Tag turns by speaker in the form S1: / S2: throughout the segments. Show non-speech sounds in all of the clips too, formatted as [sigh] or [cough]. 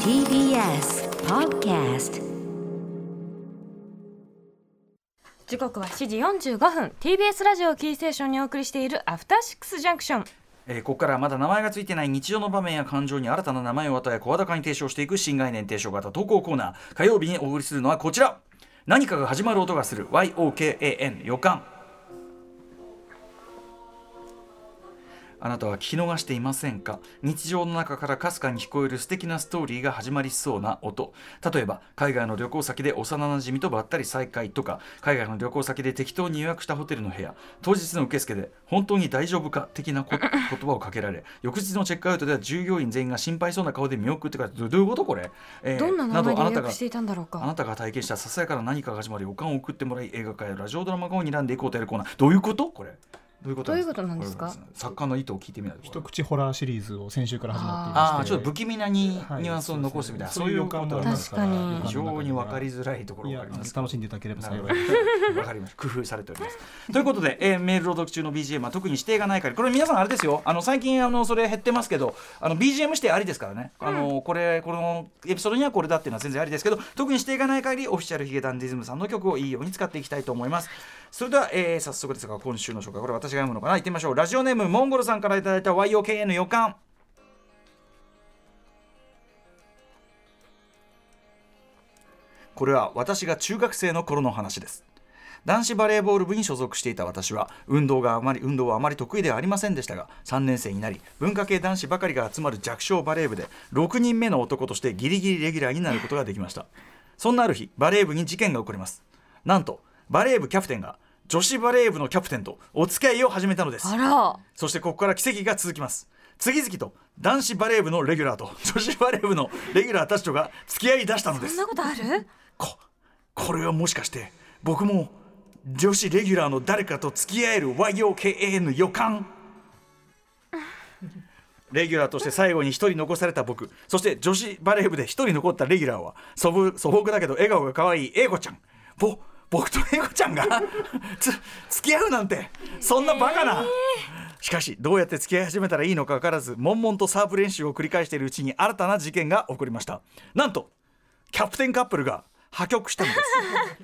S1: TBS Podcast
S2: 時刻は7時45分 TBS ラジオをキーステーションにお送りしているアフターシックスジャンクション
S3: えーここからはまだ名前がついてない日常の場面や感情に新たな名前を与え声高に提唱していく新概念提唱型投稿コーナー火曜日にお送りするのはこちら何かが始まる音がする YOKAN 予感あなたは聞き逃していませんか日常の中からかすかに聞こえる素敵なストーリーが始まりそうな音例えば海外の旅行先で幼なじみとばったり再会とか海外の旅行先で適当に予約したホテルの部屋当日の受付で本当に大丈夫か的
S2: [laughs]
S3: なこ言葉をかけられ翌日のチェックアウトでは従業員全員が心配そうな顔で見送ってからどどういうことこれ、えー
S2: どんな名前
S3: ど
S2: で予
S3: あなたが
S2: 約していたんだろう
S3: あな
S2: か
S3: たが体験したささやかな何かが始まり予感を送ってもらい映画化やラジオドラマ化を睨んでいこうとやるコーナーどういうことこれどういうこと
S2: どういうことなんですか
S3: これ作家の意図を聞いてみないと
S4: 一口ホラーシリーズを先週から始まっていまして
S3: ああちょっと不気味なにニ
S4: はい
S3: ュアンスを残すみたいな、
S4: そう
S3: そう
S4: い
S3: いうう
S4: 予
S3: こ
S4: 感も
S3: と
S4: あ
S3: は
S4: りますから
S2: 確かに
S3: 非常に分かり
S4: づ
S3: づらいところ
S4: い
S3: が
S4: や
S3: あります
S4: 楽しんでいただければ
S3: なる
S4: 幸
S3: ほ
S4: い
S3: どわかりました工夫されておりますということで、えーメール朗読中の BGM は特に指定がないからこれ皆さんあれですよあの最近あのそれ減ってますけどあの BGM 指定ありですからね、あのこれこのエピソードにはこれだっていうのは全然ありですけど特に指定がない限りオフィシャルヒゲダンディズムさんの曲をいいように使っていきたいと思いますそれでは、えー早速ですが今週の紹介これ私が読むのかな行ってみましょうラジオネームモンゴルさんからいただいた YOKN 予感これは私が中学生の頃の話です男子バレーボール部に所属していた私は運動があまり運動はあまり得意ではありませんでしたが3年生になり文化系男子ばかりが集まる弱小バレー部で6人目の男としてギリギリレギュラーになることができましたそんなある日バレー部に事件が起こりますなんとバレー部キャプテンが女子バレー部のキャプテンとお付き合いを始めたのです
S2: あら
S3: そしてここから奇跡が続きます。次々と男子バレー部のレギュラーと女子バレー部のレギュラーたちとが付き合い出したので
S2: そん
S3: す
S2: な。ことある
S3: こ、これはもしかして僕も女子レギュラーの誰かと付き合える YOKAN 予感 [laughs] レギュラーとして最後に1人残された僕そして女子バレー部で1人残ったレギュラーは素朴素朴だけど笑顔が可愛い英子ちゃんぼ僕と英子ちゃんが [laughs] つ付き合うなんてそんなバカな、しかしどうやって付き合い始めたらいいのか分からず悶々とサーブ練習を繰り返しているうちに新たな事件が起こりましたなんとキャプテンカップルが破局したのです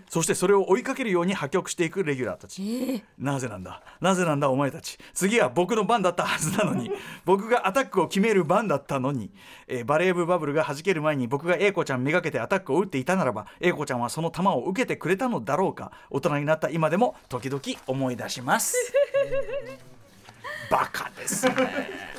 S3: そしてそれを追いかけるように破局していくレギュラーたち、なぜなんだなぜなんだお前たち次は僕の番だったはずなのに僕がアタックを決める番だったのに、えーバレー部バブルが弾ける前に僕が英子ちゃんめがけてアタックを打っていたならば英子ちゃんはその球を受けてくれたのだろうか大人になった今でも時々思い出しますバカですね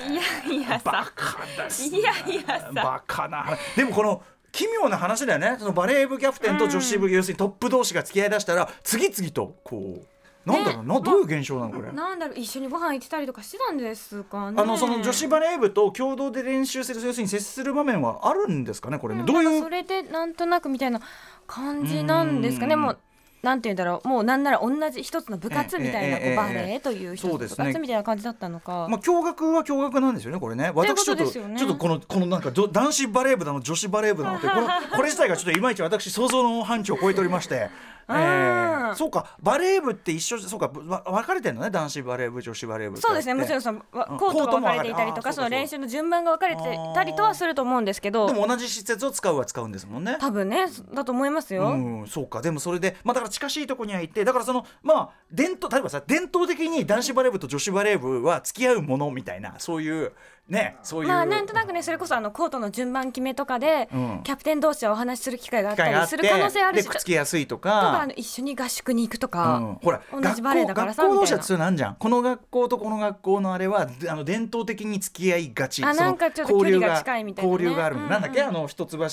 S2: いやいや
S3: バ
S2: さ
S3: カです
S2: いやいやさ
S3: バカな話でもこの奇妙な話だよねそのバレー部キャプテンと女子部、要するにトップ同士が付き合いだしたら次々とこうなんだろうな、どういう現象なのこれ、
S2: なんだろう一緒にご飯行ってたりとかしてたんですかね
S3: あのその女子バレー部と共同で練習する要するに接する場面はあるんですかねこれね、ど
S2: な
S3: う
S2: いん
S3: う
S2: かそれでなんとなくみたいな感じなんですかね
S3: うん
S2: もうなんて言うんだろうもうなんなら同じ一つの部活みたいな、
S3: え
S2: こ
S3: ええ
S2: う
S3: え
S2: バレエという一つ
S3: そ
S2: の
S3: うで
S2: 部
S3: すね
S2: 活みたいな感じだったのか、
S3: まあ、驚愕は驚愕なんですよね、これね。
S2: いうこ
S3: 私ち
S2: と
S3: ょっと、
S2: です
S3: ちょ
S2: よね
S3: っとこの、このなんか、ど男子バレー部なの、女子バレー部なのって、
S2: [laughs]
S3: この、これ自体がちょっといまいち私想像の範疇を超えており
S2: [laughs]
S3: まして。え
S2: ー
S3: ーそうか、バレー部って一緒、そうか、わ分かれてんのね、男子バレー部、女子バレー部って。
S2: そうですねもちろん
S3: で
S2: そのわ
S3: うん
S2: コート
S3: コー
S2: が
S3: ト
S2: 分
S3: も
S2: か
S3: あ
S2: れ
S3: る
S2: ていたりと
S3: あ
S2: か
S3: ー
S2: そ
S3: そうかそう
S2: の
S3: か
S2: 練習の順番が分かれてたりとはすると思うんですけど
S3: も同じ施設を使うは使うんですもんね。
S2: 多分ねだと思いますよ。
S3: うん、そうかでもそれで、まあ、だから近しいとこにはいてだからそのまあ伝統例えばさ伝統的に男子バレー部と女子バレー部は付き合うものみたいなそういうねそういう、
S2: まあなんとなくねそれこそあのコートの順番決めとかで、
S3: うん
S2: キャプテン同士はお話しする機会があっ
S3: 機会
S2: た
S3: があ
S2: り
S3: っ
S2: す
S3: て
S2: る可能性あるし
S3: で
S2: と
S3: くっ
S2: と
S3: つきやすいと
S2: かあ
S3: か
S2: の。一緒に合宿に行くと
S3: う
S2: か、
S3: ん、ほら
S2: 同
S3: 学
S2: じバレエだからさ
S3: 校学校同
S2: み
S3: 士
S2: たいな
S3: は通なんじゃんこの学校とこの学校のあれはであの伝統的に付き合いがち
S2: あ
S3: その
S2: なんかちょっと
S3: 交流
S2: 距離が近いみたいなね
S3: 交流があるみたいな、
S2: うん
S3: なんだっけあの一橋大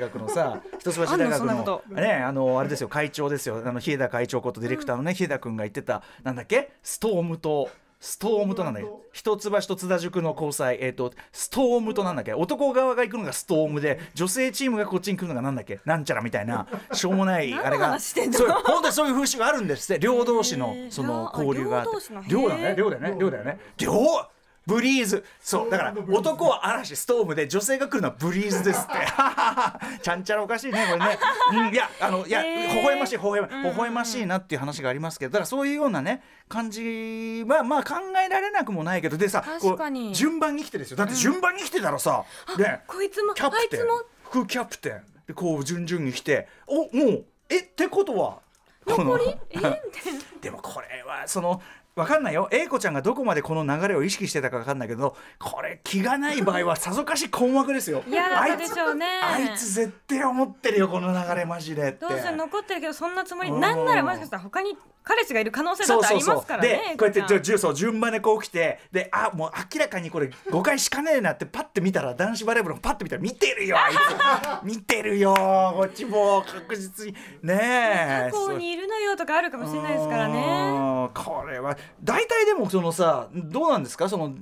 S3: 学の
S2: [laughs]
S3: さ一橋大
S2: あんのそ
S3: 学
S2: んな
S3: の
S2: こ
S3: ねあのあれですよ会長ですよあの日枝会長ことディレクターのね、日枝君が言ってたなんだっけストームとストームとなんだっけ一橋と津田塾の交際えっ、とストームとなんだっけ男側が行くのがストームで女性チームがこっちに来るのがなんだっけなんちゃらみたいなしょうもないあれ
S2: 何の
S3: が
S2: 話してんの
S3: そう本当にそういう風習があるんですって両同士の
S2: へー
S3: その交流があって
S2: 両同士のへー
S3: 両だね両だよね両だよね両ブリーズそうだから男は嵐ストームで女性が来るのはブリーズですって [laughs] ちゃんちゃらおかしいねこれね、うん、いやあのいや
S2: へー
S3: 微笑ましい微笑ま微笑ましいなっていう話がありますけどだからそういうようなね感じはまあ考えられなくもないけどでさこう
S2: 確かに
S3: 順番に来てですよだって順番に来てたらさ、ね
S2: こいつも
S3: キャ
S2: あ
S3: プ
S2: い
S3: テン
S2: つも
S3: 副キャプテンでこう順々に来ておもうえってことはこの
S2: 残りえみたいな。
S3: でもこれはそのわかんないよ A 子ちゃんがどこまでこの流れを意識してたかわかんないけどこれ気がない場合はさぞかし困惑ですよ
S2: 嫌だ
S3: あ
S2: った
S3: い
S2: で
S3: つ
S2: しょうね
S3: あいつ絶対思ってるよこの流れマジでっ
S2: ど
S3: て。
S2: うせ残ってるけどそんなつもり
S3: うん
S2: なんならもしかしたら他に彼氏がいる可能性だってありますからね
S3: でこうやって
S2: エイコ
S3: じ
S2: ち
S3: ゃ
S2: ゃ
S3: あ
S2: ん
S3: じゅそう順番でこう来てであもう明らかにこれ誤解しかねえなってパッて見たら男子バレーボールのパッて見たら見てるよあいつ見て
S2: [laughs]
S3: るよこっちもう確実にねえ
S2: 過去にいるのよとかあるかもしれないですからね
S3: ね。これは大体でもそのさどうなんですかその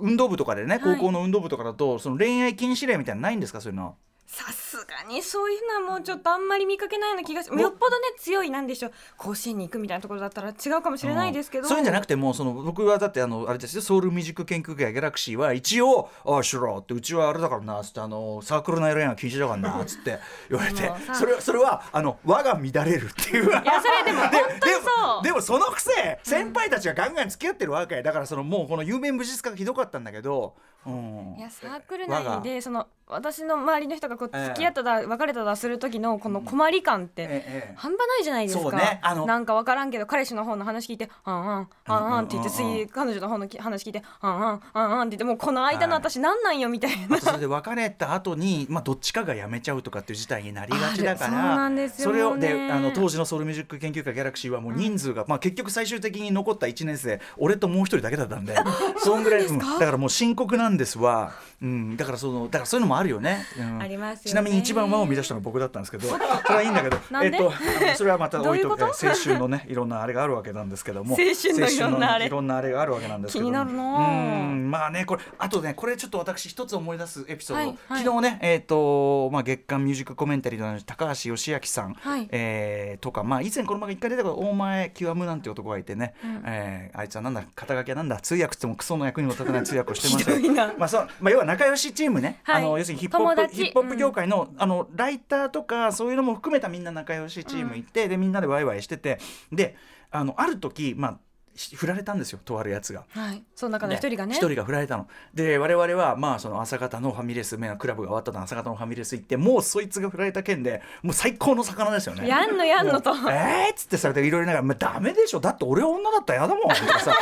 S3: 運動部とかでね
S2: は
S3: 高
S2: い
S3: 校の運動部とかだと、その恋愛禁止令みたいなのないんですかそういうの。
S2: さすがにそういうのはもうちょっとあんまり見かけないような気がしよ
S3: も
S2: っ
S3: う
S2: ぽどね強いなんでしょう甲子園に行くみたいなところだったら違うかもしれないですけど、
S3: そういうんじゃなく
S2: て
S3: てもうその僕はだってあのあれですよソウルミュージック研究会ギャラクシーは一応「ああしろ」って「うちはあれだからな」つってあの「サークル内恋愛禁止だからな」つ
S2: [laughs]
S3: って言われて
S2: もうさ
S3: それそれはあの輪が乱れるっていう。
S2: いやそれでも本当にそう
S3: でもそのくせ先輩たちがガンガン付き合ってるわけだからそのもうこの有名無実化がひどかったんだけど、うん、
S2: いやサークル
S3: 我
S2: 内
S3: が
S2: でその私の周りの人がこう
S3: ええ
S2: 付き合っただ、別れただする時のこの困り感って、
S3: ええ
S2: 半端ないじゃないですか、
S3: そうねあの
S2: なんか分からんけど彼氏の方の話聞いて「あんあんあんあん」って言って
S3: うんうんうん
S2: 次彼女の方のき話聞いて「あんあんあんあん」って言ってもうこの間の
S3: はい
S2: 私なんなんよみたいな
S3: あとそれで別れた後に、まあ、どっちかが辞めちゃうとかっていう事態になりがちだから
S2: あるそうなんですよ
S3: それを
S2: もうね
S3: であの当時のソウルミュージック研究会ギャラクシーはもう人数が、まあ、結局最終的に残った1年生俺ともう一人だけだったんでそんぐらい、うんだからもう深刻なんですわ、うん、だからそのだからそういうのもあるよね。うん
S2: ありますよね
S3: ちなみに一番輪を乱したのは僕だった
S2: [laughs]
S3: んですけどそれはいいんだけど
S2: なんで
S3: えっとあの、それはまた置いと
S2: ど
S3: いて
S2: ういうこ
S3: 青春のねいろんなあれがあるわけなんですけど
S2: [laughs]
S3: も
S2: 青春のいろんなあれ
S3: 青春のいろんなあれがあるわけなんですけども
S2: 気になるなあ
S3: うんまあねこれあとねこれちょっと私一つ思い出すエピソード、
S2: はいはい
S3: 昨日ねえっ、とまあ月刊ミュージックコメンタリーの高橋義明さん、
S2: はい
S3: えーとかまあ以前この番組一回出たけど大前極むなんて男がいてね、えーあいつはなんだ肩書きはなんだ通訳っつってもクソの役にも立たない通訳をしてます
S2: [laughs]
S3: よ
S2: ひどいな
S3: まあそうまあ要は仲良しチームね、
S2: はい
S3: あの要するにヒップホ
S2: 友
S3: ップ
S2: 達
S3: ヒップホッ
S2: う
S3: プ
S2: ん
S3: 業界の,、あのライターとかそういうのも含めたみんな仲良しチームいて、でみんなでワイワイしててであのある時まあし振られたんですよとあるやつが。
S2: はいその中の一人がね
S3: 一人が振られたので我々はまあその朝方のファミレスクラブが終わったの朝方のファミレス行ってもうそいつが振られた件でもう最高の魚ですよね
S2: やんのやんのと
S3: もうえーっつってされていろいろながら「まあ、ダメでしょだって俺女だったらやだもん」とかさ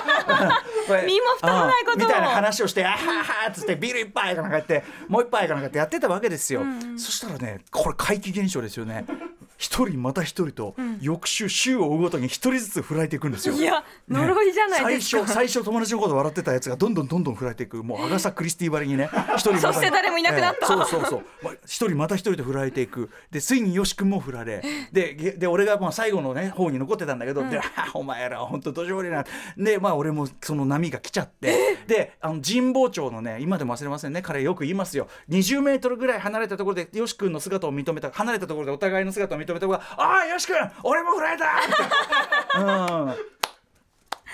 S3: これ
S2: [laughs] 身も蓋もないことを
S3: うんみたいな話をして「あはは」っつってビール一杯かなんかやってもう一杯かなんかってやってたわけですよ、そしたらねこれ怪奇現象ですよね一人また一人と翌週週を追うごとに一人ずつ振られていくんですよ
S2: いや
S3: ね
S2: 呪いじゃないですか、
S3: 最初最初友達のこと笑ってたやつがどんどんどんどん振られていくもうアガサ・クリスティばりにね一人ま
S2: そ
S3: た
S2: して誰もいなくなった
S3: ええそうそうそうまあ一人また一人と振られていくでついによし君も振られでげで俺がまあ最後のね方に残ってたんだけど、でお前ら本当年寄りなでまあ俺もその波が来ちゃってであの神保町のね今でも忘れませんね彼よく言いますよ20メートルぐらい離れたところでよし君の姿を認めた離れたところでお互いの姿を認めた子が「ああよし君俺も振られた!」って。うん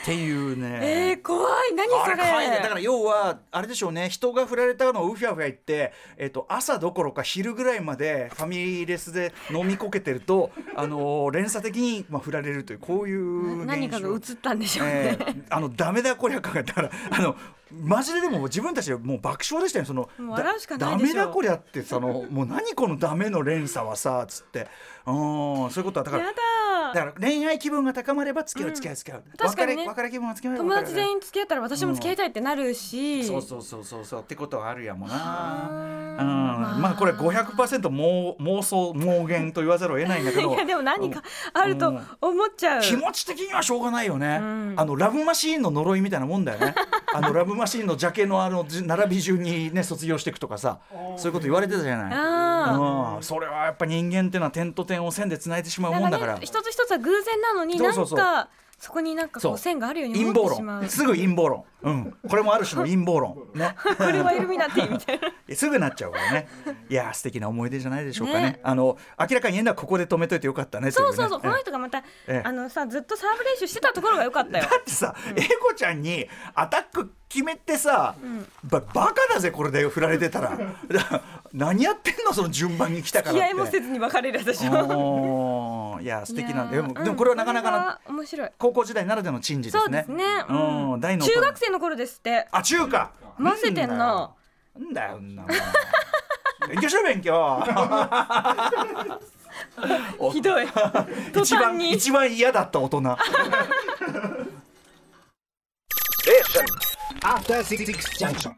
S3: っていうね。
S2: えー、怖い何そ
S3: あ
S2: れ
S3: れ可愛いねだから要はあれでしょうね人が振られたのをウフィアフィア言って、えっと朝どころか昼ぐらいまでファミレスで飲みこけてると [laughs] あの連鎖的に、まあ、振られるというこういう
S2: な何かが映
S3: 現
S2: っ
S3: 象
S2: たんでしょうね
S3: え、えあのダメだこりゃかがだから [laughs] あのマジででも自分たちはもう爆笑でしたよその
S2: もう笑うしか
S3: だ
S2: ないでしょ
S3: ダメだこりゃってそのもう何このダメの連鎖はさつってうんそういうことはだから
S2: [laughs] や
S3: だ
S2: だ
S3: から恋愛気分が高まれば付き合う付き合う付き合う、
S2: 確かにね
S3: 別れ別れ気分が付き合う
S2: 友達全
S3: 員
S2: 員付き合ったら私も付き合いたいってなるし、
S3: そうそうそうそうそうってことはあるやもな。うん
S2: あー
S3: まあこれ500%妄妄想妄言と言わざるを得ないんだ
S2: [laughs]
S3: け
S2: い
S3: ど
S2: やでも何かあると思っちゃう、
S3: 気持ち的にはしょうがないよね、
S2: ん
S3: あのラブマシーンの呪いみたいなもんだよ
S2: [laughs]
S3: ねあのラブマシーンのジャケのあのじ並び順にね卒業していくとかさそういうこと言われてたじゃない。
S2: あー
S3: うん、それはやっぱ人間ってのは点と点を線でつないでしまうも
S2: なんん
S3: だ
S2: か
S3: から
S2: ね一つ一つは偶然なのに
S3: そ
S2: な
S3: うんそうそう
S2: かそこになんかこ
S3: そう
S2: う線があるように
S3: 陰
S2: 思っ
S3: 謀
S2: てしまう
S3: 論すぐ陰謀論、うん、これもある種の陰謀論ね
S2: これはイルミナティみた
S3: [laughs]
S2: いな
S3: すぐなっちゃうからねいやー素敵な思い出じゃないでしょうかね
S2: ね
S3: あの明らかに言えばここで止めといてよかったね
S2: そうそうそうこ
S3: といね
S2: の人がまた
S3: ええ
S2: あのさずっとサーブ練習してたところが良かったよ
S3: だってさ、英子ちゃんにアタック決めてさ、ばバカだぜこれで振られてたら [laughs] 何やってんのその順番に来たからっ
S2: 気
S3: て
S2: 合いもせずに別れるでしょ
S3: おーいや素敵なんだでも,、でもこれはなかなかな
S2: な面白い
S3: 高校時代ならではの珍事ですね
S2: そうですね
S3: うん
S2: うん
S3: 大の大人
S2: 中学生の頃ですって
S3: あ中華
S2: 混ぜてんな
S3: なんだよなんだよんなもんえ勉強しろ勉強お
S2: ひ
S3: [laughs]
S2: どい [laughs] 途
S3: 一
S2: 端
S3: 番
S2: に
S3: 一番嫌だった大人
S1: After Six Junction.